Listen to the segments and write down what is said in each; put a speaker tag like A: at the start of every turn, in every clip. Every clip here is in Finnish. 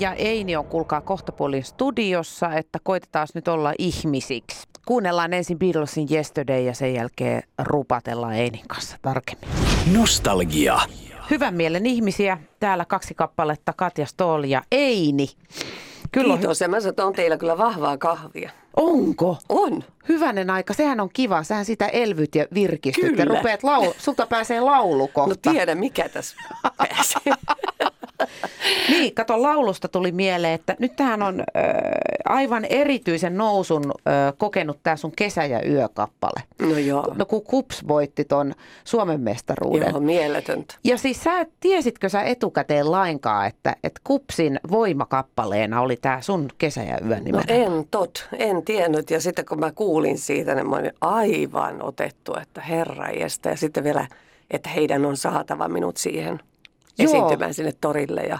A: Ja Eini on kuulkaa kohtapuolin studiossa, että koitetaan nyt olla ihmisiksi. Kuunnellaan ensin Beatlesin Yesterday ja sen jälkeen rupatellaan Einin kanssa tarkemmin.
B: Nostalgia.
A: Hyvän mielen ihmisiä. Täällä kaksi kappaletta Katja Stoll ja Eini. Kyllä on hy-
C: Kiitos, ja mä sanon, että on teillä kyllä vahvaa kahvia.
A: Onko?
C: On. No
A: Hyvänen aika, sehän on kiva. Sähän sitä elvyt ja virkistyt ja
C: Kyllä.
A: rupeat laulu. Sulta pääsee laulu
C: No
A: kohta.
C: tiedän, mikä tässä pääsee.
A: Niin, kato, laulusta tuli mieleen, että nyt tähän on äh, aivan erityisen nousun äh, kokenut tämä sun kesä- ja yökappale.
C: No joo.
A: No kun Kups voitti ton Suomen mestaruuden.
C: Joo, mieletöntä.
A: Ja siis sä, tiesitkö sä etukäteen lainkaan, että, että Kupsin voimakappaleena oli tämä sun kesä- ja yön
C: No
A: nimenomaan?
C: en tot, en tiennyt. Ja sitten kun mä kuulin siitä, niin mä olin aivan otettu, että herra Ja sitten vielä, että heidän on saatava minut siihen
A: Joo.
C: esiintymään sinne torille. Ja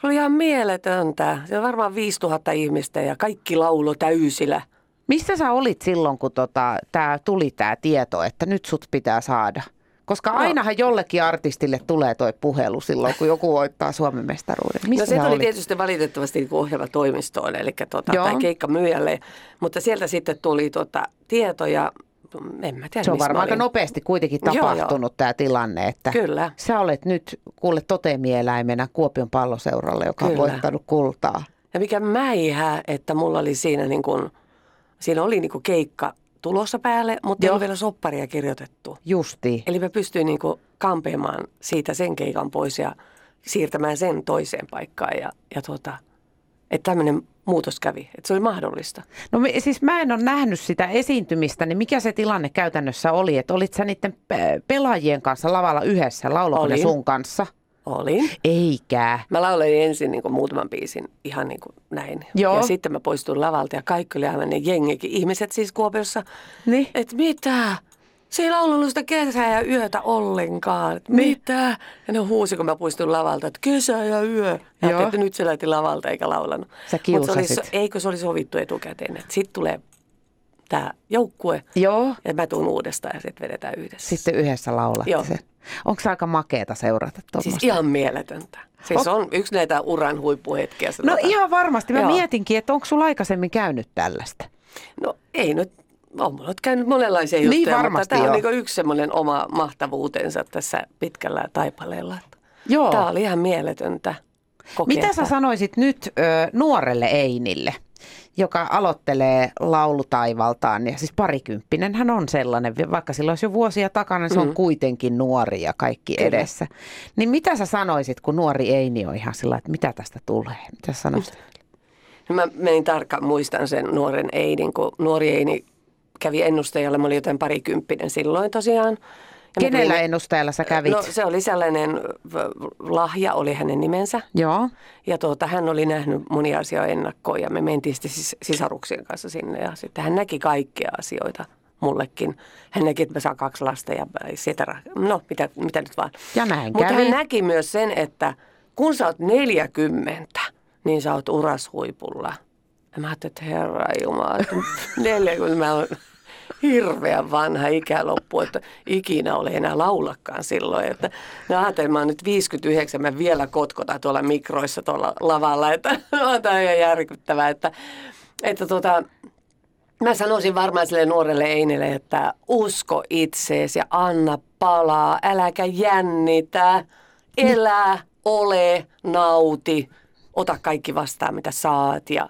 C: se oli ihan mieletöntä. Se on varmaan 5000 ihmistä ja kaikki laulo täysillä.
A: Missä sä olit silloin, kun tota, tää tuli tämä tieto, että nyt sut pitää saada? Koska
C: No.
A: ainahan jollekin artistille tulee toi puhelu silloin, kun joku voittaa Suomen mestaruuden. Missä
C: no se
A: sä
C: tuli
A: olit?
C: tietysti valitettavasti niin kuin ohjelmatoimistoon, eli tota,
A: Joo.
C: tai keikkamyyjälle, mutta sieltä sitten tuli tota, tietoja, mm, en mä tiedä
A: Se on
C: missä mä
A: varmaan aika
C: olin.
A: nopeasti kuitenkin
C: Joo, joo.
A: tapahtunut tämä tilanne, että
C: Kyllä.
A: sä olet nyt kuule totemieläimenä Kuopion palloseuralla, joka on
C: Kyllä.
A: voittanut kultaa.
C: Ja mikä mäihää, että mulla oli siinä niin kuin, siinä oli niin kuin keikka tulossa päälle, mutta ei
A: Joo.
C: ollut vielä sopparia kirjoitettu.
A: Justi.
C: Eli mä pystyin niin kuin kampeamaan siitä sen keikan pois ja siirtämään sen toiseen paikkaan. Ja, ja tota, että tämmöinen muutos kävi, että se oli mahdollista.
A: No mi- siis mä en ole nähnyt sitä esiintymistä, niin mikä se tilanne käytännössä oli? Että olit sä niiden pe- pelaajien kanssa lavalla yhdessä, lauloiko ne
C: Olin.
A: sun kanssa?
C: Olin.
A: Eikä.
C: Mä lauloin ensin niin kuin muutaman biisin ihan niin kuin näin.
A: Joo.
C: Ja sitten mä poistuin lavalta ja kaikki oli aivan ne jengikin. Ihmiset siis Kuopiossa,
A: Niin.
C: että mitä? Se ei laulunut sitä kesää ja yötä ollenkaan. Et
A: Niin.
C: mitä? Ja ne huusi, kun mä poistuin lavalta, että kesä ja yö. Ja
A: Joo.
C: että nyt se lähti lavalta eikä laulanut.
A: Sä
C: Mut se oli,
A: kiusasit.
C: so- eikö se oli sovittu etukäteen, että sitten tulee tämä joukkue
A: Joo.
C: ja mä tuun uudestaan ja sitten vedetään yhdessä.
A: Sitten yhdessä laulatte
C: Joo.
A: sen. Onko se aika makeeta seurata tuommoista?
C: Siis ihan mieletöntä. Siis on yksi näitä uran huippuhetkiä. tota-
A: No
C: sanotaan.
A: ihan varmasti. Mä
C: Joo.
A: mietinkin, että onko sulla aikaisemmin käynyt tällaista?
C: No ei nyt, on mulla nyt käynyt monenlaisia
A: Niin
C: juttuja,
A: varmasti
C: mutta tämä on
A: joo.
C: niinku yksi semmoinen oma mahtavuutensa tässä pitkällä taipaleella.
A: Joo.
C: Tämä oli ihan mieletöntä kokea.
A: Mitä sä
C: tää.
A: sanoisit nyt ö, nuorelle Einille, joka aloittelee laulutaivaltaan? Ja siis parikymppinen hän on sellainen, vi- vaikka sillä olisi jo vuosia takana, niin se on kuitenkin nuori ja kaikki
C: Mm. Kyllä.
A: edessä. Niin mitä sä sanoisit, kun nuori Eini on ihan sillä että mitä tästä tulee? Mitä sä sanoisit?
C: Mä menin tarkkaan, muistan sen nuoren Einin, kun nuori Eini kävi ennustajalla, mä olin jotain parikymppinen silloin tosiaan. Ja mä
A: Kenellä
C: tulin-
A: ennustajalla sä kävit?
C: No se oli sellainen, v- lahja oli hänen nimensä.
A: Joo.
C: Ja tuota, hän oli nähnyt monia asioita ennakkoon ja me mentiin sitten sis- sisaruksien kanssa sinne ja sitten hän näki kaikkia asioita mullekin. Hän näki, että mä saan kaksi lasta ja et cetera. No, mitä, mitä nyt vaan.
A: Ja näin
C: Mutta
A: kävi.
C: hän näki myös sen, että kun sä oot 40, niin sä oot urashuipulla. Ja mä ajattelin, että herra Jumala, 40 mä oon hirveän vanha ikäloppu, että ikinä ole enää laulakaan silloin. Että, no ajattelin, mä oon nyt 59, mä vielä kotkotan tuolla mikroissa tuolla lavalla, että no, tämä on ihan järkyttävää. Että, että tota, Mä sanoisin varmaan sille nuorelle Einille, että usko itseesi ja anna palaa, äläkä jännitä, elä, ole, nauti, ota kaikki vastaan mitä saat ja,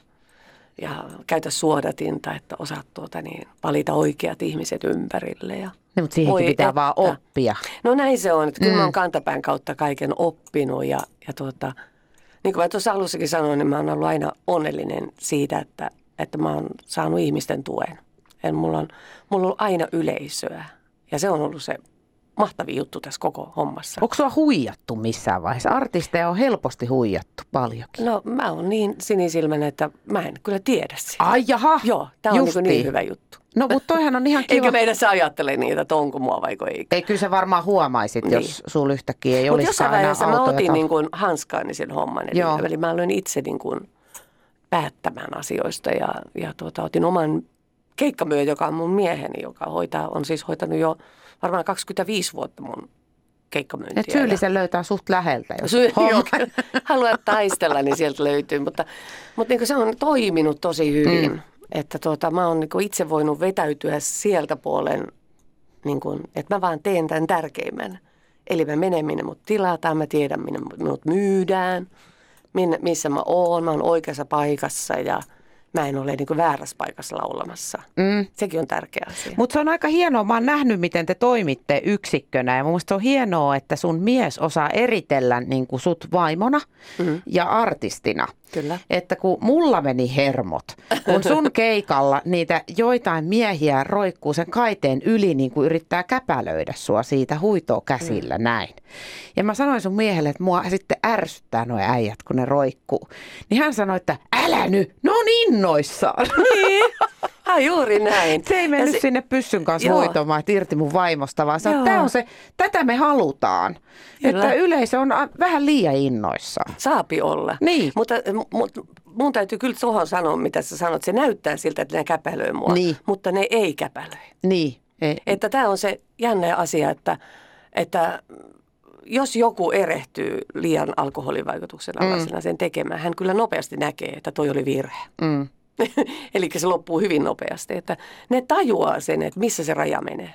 C: ja käytä suodatinta, että osaat tuota niin, valita oikeat ihmiset ympärille. Ja.
A: Niin, mutta siihenkin
C: Voi
A: pitää vaan
C: että.
A: oppia.
C: No näin se on, että kyllä mä oon kantapään kautta kaiken oppinut ja, ja tuota, niin kuin mä tuossa alussakin sanoin, niin mä oon ollut aina onnellinen siitä, että, että mä oon saanut ihmisten tuen. En, mulla, on, mulla on ollut aina yleisöä ja se on ollut se mahtavia juttu tässä koko hommassa.
A: Onko sua huijattu missään vaiheessa? Artisteja on helposti huijattu paljonkin.
C: No mä oon niin sinisilmäinen, että mä en kyllä tiedä sitä.
A: Ai jaha.
C: Joo, tämä on niin,
A: Ah, justiin.
C: niin hyvä juttu.
A: No mutta toihan on ihan kiva.
C: Eikä meidän saa ajattele niitä, että onko mua vai ei.
A: Ei, kyllä sä varmaan huomaisit, niin. jos sulla yhtäkkiä ei
C: Mutta
A: olisikaan
C: jossain
A: enää
C: vaiheessa mä
A: autoja
C: otin
A: tallella.
C: niin kuin hanskaani sen homman. Eli,
A: Joo.
C: eli mä aloin itse niin kuin päättämään asioista ja, ja tuota, otin oman keikkamyö, joka on mun mieheni, joka hoitaa, on siis hoitanut jo varmaan 25 vuotta mun keikkamyyntiä.
A: Et syyllisen löytää suht läheltä, jos
C: Syy,
A: homma-
C: joo, haluat taistella, niin sieltä löytyy. Mutta, mutta niin se on toiminut tosi hyvin. Mm. Että tuota, mä oon niin itse voinut vetäytyä sieltä puolen, niin kuin, että mä vaan teen tämän tärkeimmän. Eli mä menen minne mut tilataan, mä tiedän minne mut- minut myydään, minne, missä mä oon, mä oon oikeassa paikassa ja mä en ole niin kuin väärässä paikassa laulamassa.
A: Mm.
C: Sekin on tärkeä asia.
A: Mutta se on aika hienoa. Mä oon nähnyt, miten te toimitte yksikkönä. Ja mun mielestä se on hienoa, että sun mies osaa eritellä niin kuin sut vaimona mm. ja artistina.
C: Kyllä.
A: Että kun mulla meni hermot, kun sun keikalla niitä joitain miehiä roikkuu sen kaiteen yli, niin kuin yrittää käpälöidä sua siitä huitoa käsillä mm. näin. Ja mä sanoin sun miehelle, että mua sitten ärsyttää nuo äijät, kun ne roikkuu. Niin hän sanoi, että älä nyt, ne on innoissaan.
C: Ah, juuri näin.
A: Se ei mennyt
C: Ja
A: se, sinne pyssyn kanssa
C: Joo.
A: hoitomaan, että irti mun vaimosta, vaan
C: Joo.
A: tämä on se, tätä me halutaan.
C: Kyllä.
A: Että yleisö on a- vähän liian innoissaan.
C: Saapi olla.
A: Niin.
C: Mutta eh, mut, mun täytyy kyllä tuohon sanoa, mitä sä sanot. Se näyttää siltä, että ne käpälöi mua,
A: Niin.
C: mutta ne ei käpälöi.
A: Niin. Ei.
C: Että tämä on se jännä asia, että, että jos joku erehtyy liian alkoholin vaikutuksen alaisena sen tekemään, hän kyllä nopeasti näkee, että toi oli virhe.
A: Mm.
C: Eli se loppuu hyvin nopeasti. Että ne tajuaa sen, että missä se raja menee.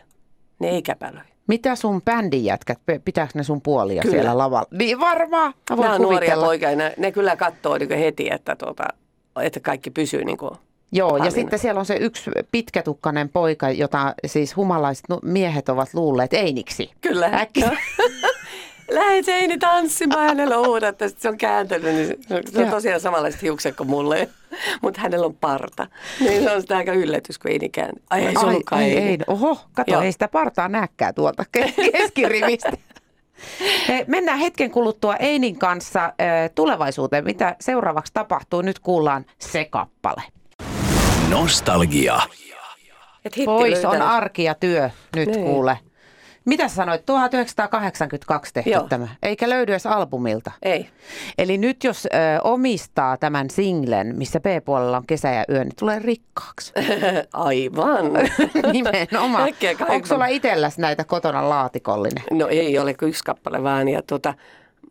C: Ne ei käpälöi.
A: Mitä sun bändin jätkät, pe- pitääkö ne sun puolia
C: Kyllä.
A: siellä lavalla? Niin varmaan. Mä voin
C: Nämä on nuoria
A: kuvitella.
C: poikia, ja ne, ne kyllä katsoo niin heti, että, tuota, että kaikki pysyy niin kuin
A: Joo, ja
C: Hallin.
A: sitten siellä on se yksi pitkätukkainen poika, jota siis humalaiset nu- miehet ovat luulleet einiksi.
C: Kyllä.
A: Äkkiä.
C: Lähet Heini tanssimaan, hänellä on huudat, ja sit se on kääntynyt, niin se- se on
A: Joo.
C: tosiaan samanlaiset hiukset kuin mulle, mutta hänellä on parta. Niin se on sitä aika yllätys, kun Heini kääntyy. Ai ei se ollutkaan
A: ei,
C: Heini.
A: ei. no, Oho, kato,
C: Joo.
A: ei sitä partaa näkään tuolta ke- keskirivistä. Eh, Mennään hetken kuluttua Einin kanssa eh, tulevaisuuteen. Mitä seuraavaksi tapahtuu? Nyt kuullaan se kappale.
B: Nostalgia.
C: Et hitti
A: Pois on
C: löytänyt.
A: arki ja työ nyt
C: Niin.
A: kuule. Mitä sä sanoit? 1982 tehty
C: Joo.
A: tämä. Eikä löydy edes albumilta.
C: Ei.
A: Eli nyt jos ö, omistaa tämän singlen, missä B-puolella on kesä ja yö, niin tulee rikkaaksi.
C: Aivan.
A: Nimenomaan.
C: Äkkiä kaikon.
A: Onko sulla itselläs näitä kotona laatikollinen?
C: No ei ole kuin yksi kappale vaan. Ja tuota,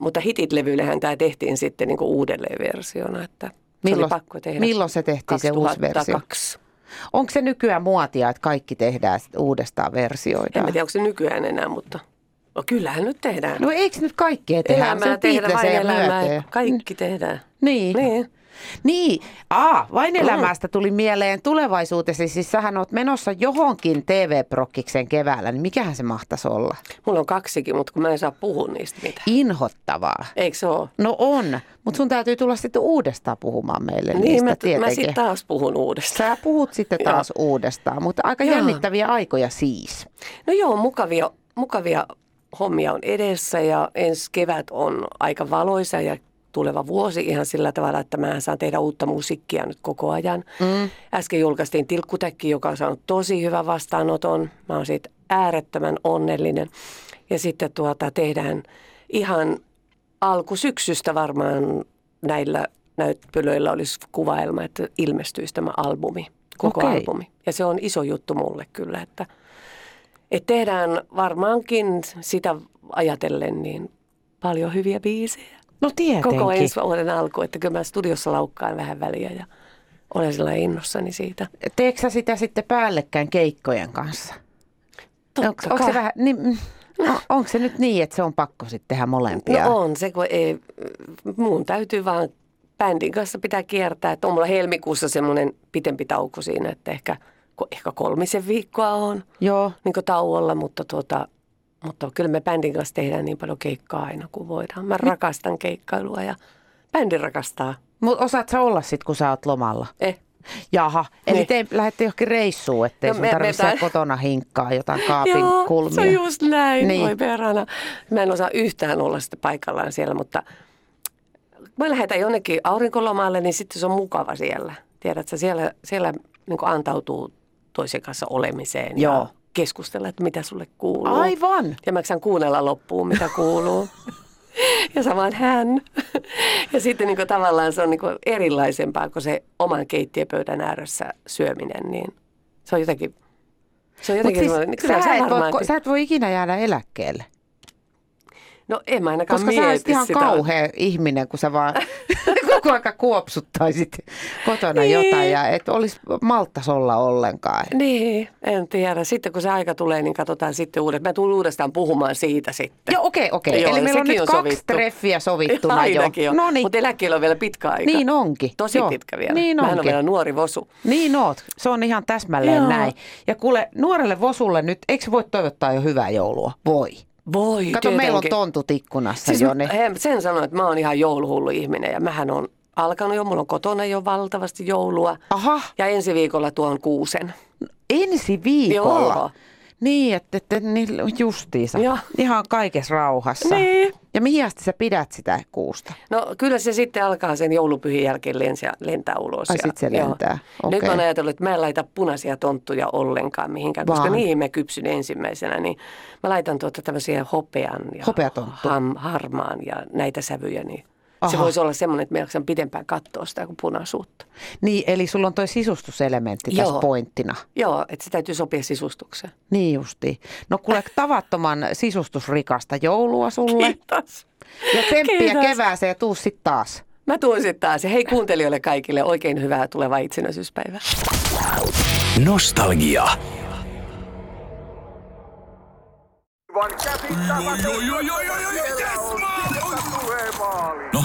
C: mutta hitit-levyllähän tämä tehtiin sitten niin uudelleen versiona, että se oli pakko tehdä.
A: milloin se tehtiin se uusi versio?
C: 2002.
A: Onko se nykyään muotia, että kaikki tehdään sit uudestaan versioita?
C: En mä tiedä, onko se nykyään enää, mutta no, kyllähän nyt tehdään.
A: No eikö nyt kaikkea tehdä?
C: Elämää tehdä vain
A: Beatleseen
C: elämää.
A: myöten.
C: Kaikki tehdään.
A: Niin. niin.
C: Niin. Mm.
A: Niin. Aa, vain elämästä tuli mieleen tulevaisuutesi. Siis sähän oot menossa johonkin TV-prokkiksen keväällä, niin mikähän se mahtaisi olla?
C: Mulla on kaksikin, mutta kun mä en saa puhua niistä mitään.
A: Inhottavaa.
C: Eikö se ole?
A: No on, mutta sun täytyy tulla sitten uudestaan puhumaan meille
C: Niin,
A: niistä
C: mä, mä
A: tietenkin.
C: sitten taas puhun uudestaan.
A: Sä puhut sitten
C: Joo.
A: taas uudestaan, mutta aika
C: Joo.
A: jännittäviä aikoja siis.
C: No joo, mukavia, mukavia hommia on edessä ja ensi kevät on aika valoisa ja tuleva vuosi ihan sillä tavalla, että mä saan tehdä uutta musiikkia nyt koko ajan. Mm. Äsken julkaistiin Tilkkutäkki, joka on saanut tosi hyvän vastaanoton. Mä oon siitä äärettömän onnellinen. Ja sitten tuota, tehdään ihan alkusyksystä varmaan näillä näyttelyillä olisi kuvaelma, että ilmestyisi tämä albumi, koko
A: Okei.
C: albumi. Ja se on iso juttu mulle kyllä, että et tehdään varmaankin sitä ajatellen niin paljon hyviä biisejä.
A: No tietenkin.
C: Koko ensi vuoden alku, että kyllä mä studiossa laukkaan vähän väliä ja olen sillä innossani siitä.
A: Teekö sä sitä sitten päällekkäin keikkojen kanssa? Onko, onko, se
C: kai.
A: vähän, niin, mm, no, onko se nyt niin, että se on pakko sitten tehdä molempia?
C: No on se, kun ei, mun täytyy vaan bändin kanssa pitää kiertää. Että on mulla helmikuussa semmoinen pitempi tauko siinä, että ehkä, ko- ehkä kolmisen viikkoa on
A: Joo.
C: niin tauolla, mutta, tuota, mutta kyllä me bändin kanssa tehdään niin paljon keikkaa aina kuin voidaan. Mä rakastan keikkailua ja bändi rakastaa.
A: Mutta osaat sä olla sitten, kun sä oot lomalla?
C: Eh,
A: Jaha, eli
C: Niin.
A: te lähdette johonkin reissuun, ettei
C: No
A: no, sun
C: me- me
A: tarvitse
C: tää-
A: siellä kotona hinkkaa jotain kaapin
C: Joo,
A: kulmia.
C: se on just näin, niin.
A: Niin.
C: voi perhana. Mä en osaa yhtään olla sitten paikallaan siellä, mutta mä lähdetään jonnekin aurinkolomalle, niin sitten se on mukava siellä. Tiedätkö, siellä, siellä niin antautuu toisen kanssa olemiseen ja
A: Joo.
C: keskustella, että mitä sulle kuuluu.
A: Aivan.
C: Ja mä saan kuunnella loppuun, mitä kuuluu. ja samaan hän. ja sitten niin tavallaan se on niin erilaisempaa kuin se oman keittiöpöydän ääressä syöminen, niin se on jotenkin... Se on
A: Mut
C: jotenkin
A: siis,
C: semmoinen- niin kyllä
A: sä,
C: se
A: et voi,
C: varmaankin-
A: ko- sä et voi ikinä jäädä eläkkeelle,
C: No en mä ainakaan
A: koska sä
C: mieti
A: olisit ihan
C: sitä.
A: kauhea ihminen, kun sä vaan koko aika kuopsuttaisit kotona
C: Niin.
A: jotain ja et olisi malttas olla ollenkaan.
C: Niin, en tiedä. Sitten kun se aika tulee, niin katsotaan sitten uudestaan. Mä tulen uudestaan puhumaan siitä sitten.
A: Joo, okei, okei.
C: Joo,
A: Eli meillä on nyt
C: sekin on
A: kaksi
C: sovittu.
A: treffiä sovittuna jo.
C: Ainakin e- jo.
A: No niin,
C: Mutta eläkkeellä on vielä pitkä aika.
A: niin onkin.
C: Tosi
A: Joo.
C: pitkä vielä.
A: Niin
C: Mähän on
A: onkin.
C: vielä nuori vosu.
A: Niin oot, se on ihan täsmälleen
C: Joo.
A: näin. Ja kuule, nuorelle Vosulle nyt, eikö voi toivottaa jo hyvää joulua? Voi.
C: Voi,
A: Kato,
C: tietenkin.
A: meillä on tontut ikkunassa
C: Siis
A: jo, niin
C: he- sen sanoin, että mä oon ihan jouluhullu ihminen ja mähän on alkanut jo, mulla on kotona jo valtavasti joulua.
A: Aha.
C: Ja ensi viikolla tuon kuusen.
A: ensi viikolla.
C: Joo.
A: Niin, että, että niin justiinsa.
C: Joo.
A: Ihan kaikessa rauhassa.
C: Niin.
A: Ja mihin asti sä pidät sitä kuusta?
C: No kyllä se sitten alkaa sen joulupyhin jälkeen lentää, lentää ulos.
A: Ai,
C: ja-
A: sit se
C: joo.
A: lentää.
C: Nyt mä oon
A: Okei.
C: ajatellut, että mä en laita punaisia tonttuja ollenkaan mihinkään, koska
A: Vaan.
C: niihin mä kypsyn ensimmäisenä. Niin mä laitan tuota tämmöisiä hopean ja
A: Hopeatonttu.
C: ham, harmaan ja näitä sävyjä. Niin se
A: Aha.
C: voisi olla semmoinen, että mä jaksan pidempään katsoa sitä kuin punaisuutta.
A: Niin, eli sulla on toi sisustuselementti tässä
C: Joo.
A: pointtina.
C: Joo, että se täytyy sopia sisustukseen.
A: Niin justi. No kuule, tavattoman sisustusrikasta joulua sulle.
C: Kiitos.
A: Ja tsemppiä
C: Kiitos.
A: kevääseen ja tuu sit taas.
C: Mä tuun sitten taas. Ja hei kuuntelijoille kaikille oikein hyvää tulevaa itsenäisyyspäivää.
B: Nostalgia. No,